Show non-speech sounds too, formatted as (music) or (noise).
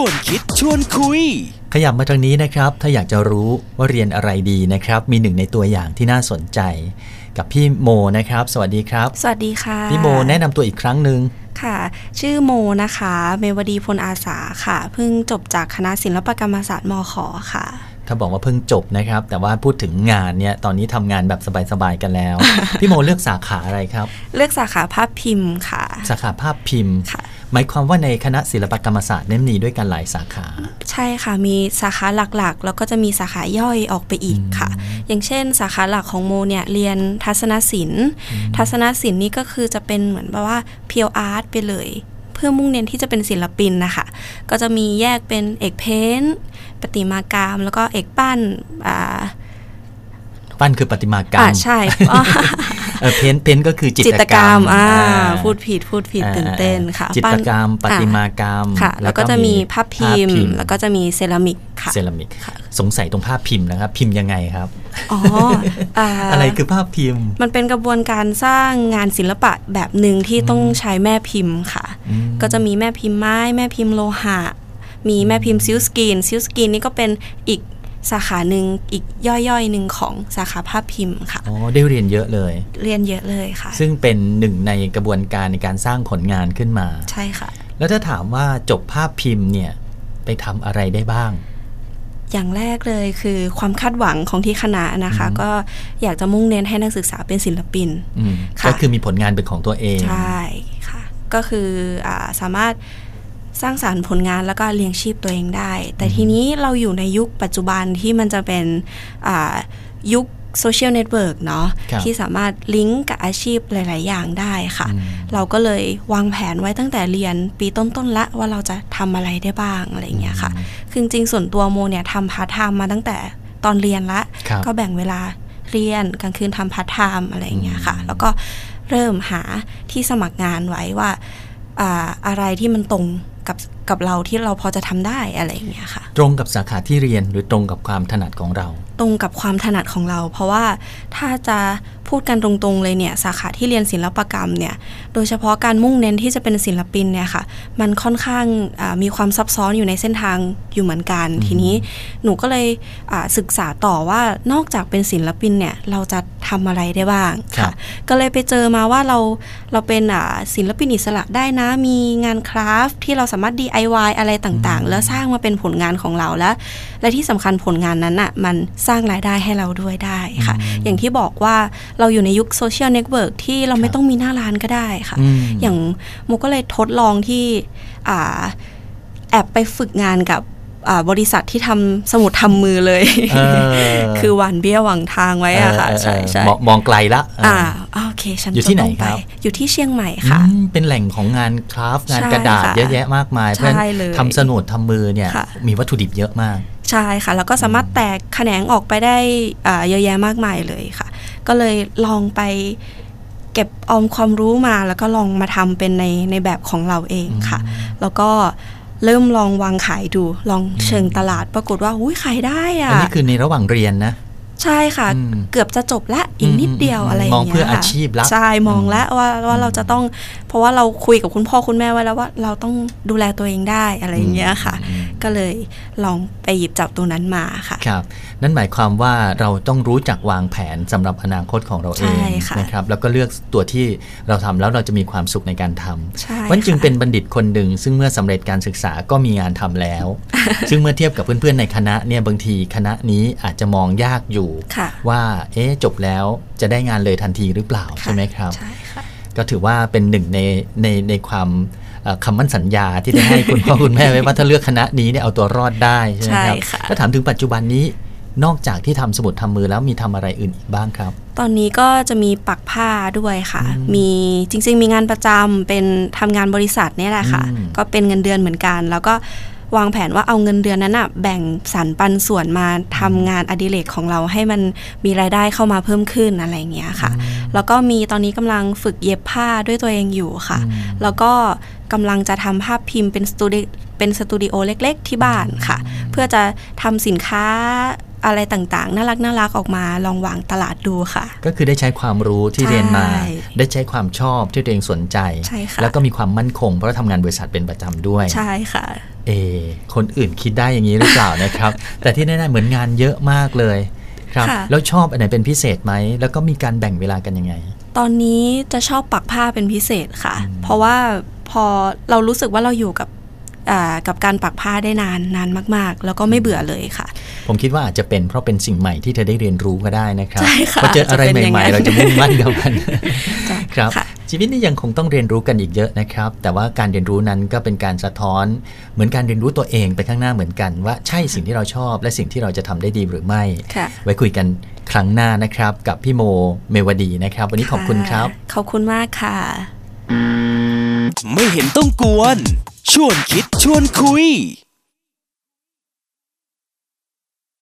วนคิดชวนคุย ขยับมาทางนี้นะครับ ถ้าอยากจะรู้ว่าเรียนอะไรดีนะครับ มีหนึ่งในตัวอย่างที่น่าสนใจ กับพี่โมนะครับ สวัสดีครับ สวัสดีค่ะ พี่โมแนะนำตัวอีกครั้งหนึ่ง ค่ะ ชื่อโมนะคะ เมวดีพลอาสาค่ะ เพิ่งจบจากคณะศิลปกรรมศาสตร์มขค่ะ ถ้าบอกว่าเพิ่งจบนะครับ แต่ว่าพูดถึงงานเนี่ยตอนนี้ทำงานแบบสบายๆกันแล้ว (laughs) พี่โมเลือกสาขาอะไรครับ เลือกสาขาภาพพิมพ์ค่ะ สาขาภาพพิมพ์ ค่ะ หมายความว่าในคณะศิลปกรรมศาสตร์เน้นมีด้วยกันหลายสาขา ใช่ค่ะ มีสาขาหลักๆ แล้วก็จะมีสาขาย่อยออกไปอีกค่ะ อย่างเช่น สาขาหลักของโมเนี่ยเรียนทัศนศิลป์ ทัศนศิลป์นี่ก็คือจะเป็นเหมือนแบบว่าเพียวอาร์ตไปเลย เพื่อมุ่งเน้นที่จะเป็นศิลปินนะคะ ก็จะมีแยกเป็นเอกเพนต์ประติมากรรม แล้วก็เอกปั้นอ่า ปั้นคือประติมากรร อ่าม ใช่อ๋อ เออเพ้นท์เพ้นท์ก็คือจิ (laughs) จิตรกรรมอ่า อ่า พูดผิดพูดผิด อ่า ตื่นเต้นค่ะ จิตรกรรมป ปั้น ฏิมา อ่ กรรม ค่ะ แล้วก็จะมีภาพพิมพ์ แล้วก็จะมีเซรามิกค่ะ เซรามิก สงสัยตรงภาพพิมพ์นะครับ พิมพ์ยังไงครับ (laughs) อ๋ออ่า อะไรคือภาพพิมพ์ มันเป็นกระบวนการสร้างงานศิลปะแบบหนึ่งที่ต้องใช้แม่พิมพ์ค่ะ ก็จะมีแม่พิมพ์ไม้ แม่พิมพ์โลหะ มีแม่พิมพ์ซิลสกรีนซิลสกรีนนี่ก็เป็นอีกสาขาหนึ่งอีกย่อยๆหนึ่งของสาขาภาพพิมพ์ค่ะ อ๋อ ได้เรียนเยอะเลย เรียนเยอะเลยค่ะ ซึ่งเป็นหนึ่งในกระบวนการในการสร้างผลงานขึ้นมา ใช่ค่ะ แล้วถ้าถามว่าจบภาพพิมพ์เนี่ย ไปทำอะไรได้บ้าง อย่างแรกเลยคือความคาดหวังของที่คณะนะคะ ก็อยากจะมุ่งเน้นให้นักศึกษาเป็นศิลปิน อืม ค่ะ ก็คือมีผลงานเป็นของตัวเอง ใช่ค่ะ ก็คืออาสามารถสร้างสารรค์ผลงานแล้วก็เลี้ยงชีพตัวเองได้ แต่ทีนี้เราอยู่ในยุคปัจจุบันที่มันจะเป็นอ่ายุคโซเชียลเน็ตเวิร์กเนาะ ครับ ที่สามารถลิงก์กับอาชีพหลาย ๆ อย่างได้ค่ะ เราก็เลยวางแผนไว้ตั้งแต่เรียนปีต้น ๆ ละว่าเราจะทำอะไรได้บ้างอะไรอย่างเงี้ยค่ะ คือจริงๆส่วนตัวโมเนี่ยทำพาร์ทไทม์มาตั้งแต่ตอนเรียนละ ครับ ก็แบ่งเวลาเรียนกลางคืนทำพาร์ทไทม์อะไรอย่างเงี้ยค่ะ แล้วก็เริ่มหาที่สมัครงานไว้ว่าอ่าอะไรที่มันตรงกับกับเราที่เราพอจะทำได้อะไรอย่างเงี้ยค่ะ ตรงกับสาขาที่เรียนหรือตรงกับความถนัดของเรา ตรงกับความถนัดของเรา เพราะว่าถ้าจะพูดกันตรงๆเลยเนี่ยสาขาที่เรียนศิลปกรรมเนี่ยโดยเฉพาะการมุ่งเน้นที่จะเป็นศิลปินเนี่ยค่ะมันค่อนข้างอ่ามีความซับซ้อนอยู่ในเส้นทางอยู่เหมือนกัน ทีนี้หนูก็เลยอ่าศึกษาต่อว่านอกจากเป็นศิลปินเนี่ยเราจะทำอะไรได้บ้าง ครั ค่ะ บ ก็เลยไปเจอมาว่าเราเราเป็นอ่าศิลปินอิสระได้นะ มีงานคราฟต์ที่เราสามารถ DIY อะไรต่างๆ แล้วสร้างมาเป็นผลงานของเราแล้ว และที่สำคัญผลงานนั้นอ่ะมันสร้างรายได้ให้เราด้วยได้ค่ะ อย่างที่บอกว่าเราอยู่ในยุคโซเชียลเน็ตเวิร์กที่เราไม่ต้องมีหน้าร้านก็ได้ค่ะ อืม อย่างโมก็เลยทดลองที่อ่าแอบไปฝึกงานกับอ่าบริษัทที่ทำสมุดทำมือเลย เออ คือหวานเบี้ยหวังทางไว้อะค่ะ เออเออ ใช่ใช่ มองมองไกลละเอออ อ่าโอเคฉัน อยู่ที่ไหน จะต้งป ครับ อยู่ที่เชียงใหม่ค่ะ อืมเป็นแหล่งของงานคราฟต์งาน ใช่ กระดาษ ค่ะ เยอะแยะมากมายเพใช่ราะฉะนั้น เลย ทำสนุดทำมือเนี่ย ค่ะ มีวัตถุดิบเยอะมาก ใช่ค่ะ แล้วก็สามารถแตกแขนงออกไปได้อ่าเยอะแยะมากมายเลยค่ะ ก็เลยลองไปเก็บออมความรู้มา แล้วก็ลองมาทำเป็นในในแบบของเราเองค่ะ แล้วก็เริ่มลองวางขายดู ลองเชิงตลาดปรากฏว่าอุ้ยขายได้ อั อ่ะ นนี้คือในระหว่างเรียนนะ ใช่ค่ะ อืม เกือบจะจบละอีกนิดเดียว อืม อะไรอย่ามงองเงี้ยเพื่ออา ค่ะ ชีพละ ใช่มองแล้วว่าว่าเราจะต้อง เพราะว่าเราคุยกับคุณพ่อคุณแม่ไว้แล้วว่าเราต้องดูแลตัวเองได้อะไรอย่างเงี้ยค่ะ ก็เลยลองไปหยิบจับตัวนั้นมาค่ะ ครับ นั่นหมายความว่าเราต้องรู้จักวางแผนสำหรับอนาคตของเราเอง ใช่ค่ะ นะครับ แล้วก็เลือกตัวที่เราทำแล้วเราจะมีความสุขในการท ใช่ ำวันจึง ค่ะ เป็นบัณฑิตคนหนึ่งซึ่งเมื่อสำเร็จการศึกษาก็มีงานทำแล้ว (laughs) ซึ่งเมื่อเทียบกับเพื่อนๆในคณะเนี่ยบางทีคณะนี้อาจจะมองยากอยู่ ค่ะ ว่าเอ๊ะจบแล้วจะได้งานเลยทันทีหรือเปล่าใช่ไหมครับ ใช่ค่ะ ก็ถือว่าเป็นหนึ่งในในในความเอ่อคำมั่นสัญญาที่ได้ให้คุณพ่อ คุณแม่ไว้ว่าถ้าเลือกคณะนี้เนี่ยเอาตัวรอดได้ใช่ไหมครับ ใช่ค่ะ ถ้าถามถึงปัจจุบันนี้ นอกจากที่ทำสมุดทำมือแล้วมีทำอะไรอื่นอีกบ้างครับ ตอนนี้ก็จะมีปักผ้าด้วยค่ะ มีจริง ๆ มีงานประจำเป็นทำงานบริษัทเนี่ยแหละค่ะ อืม ก็เป็นเงินเดือนเหมือนกัน แล้วก็วางแผนว่าเอาเงินเดือนนั้นอะแบ่งสรรปันส่วนมาทำงานอดิเรกของเราให้มันมีรายได้เข้ามาเพิ่มขึ้นอะไรอย่างเงี้ยค่ะ แล้วก็มีตอนนี้กำลังฝึกเย็บผ้าด้วยตัวเองอยู่ค่ะ แล้วก็กำลังจะทำภาพพิมพ์เป็นสตูดิเป็นสตูดิโอเล็ก ๆ ที่บ้านค่ะ เพื่อจะทำสินค้าอะไรต่างๆ น่ารักน่ารักออกมาลองวางตลาดดูค่ะ ก็คือได้ใช้ความรู้ที่ ใช่ เรียนมา ได้ใช้ความชอบที่ตัวเองสนใจ ใช่ค่ะ แล้วก็มีความมั่นคงเพราะว่าทำงานบริษัทเป็นประจำด้วย ใช่ค่ะ เอ คนอื่นคิดได้อย่างนี้หรือเปล่านะครับ (laughs) แต่ที่แน่ๆเหมือนงานเยอะมากเลยครับ ค่ะ แล้วชอบอันไหนเป็นพิเศษไหม แล้วก็มีการแบ่งเวลากันยังไง ตอนนี้จะชอบปักผ้าเป็นพิเศษค่ะ เพราะว่าพอเรารู้สึกว่าเราอยู่กับอ่ากับการปักผ้าได้นานนานมากๆ แล้วก็ไม่เบื่อเลยค่ะ ผมคิดว่าอาจจะเป็นเพราะเป็นสิ่งใหม่ที่เธอได้เรียนรู้ก็ได้นะครับ ใช่ค่ะ พอเจออะไร อาจจะเป็น ใหม่ ๆ อย่างนั้น เราจะมุ่งมั่นกับมัน จ้ะ ครับ ค่ะ ชีวิตนี่ยังคงต้องเรียนรู้กันอีกเยอะนะครับ แต่ว่าการเรียนรู้นั้นก็เป็นการสะท้อน เหมือนการเรียนรู้ตัวเองไปข้างหน้าเหมือนกัน ว่าใช่สิ่งที่เราชอบ และสิ่งที่เราจะทำได้ดีหรือไม่ ค่ะ ไว้คุยกันครั้งหน้านะครับ กับพี่โมเมวดีนะครับ วันนี้ขอบคุณครับ ขอบคุณมากค่ะ ไม่เห็นต้องกวน ชวนคิดชวนคุย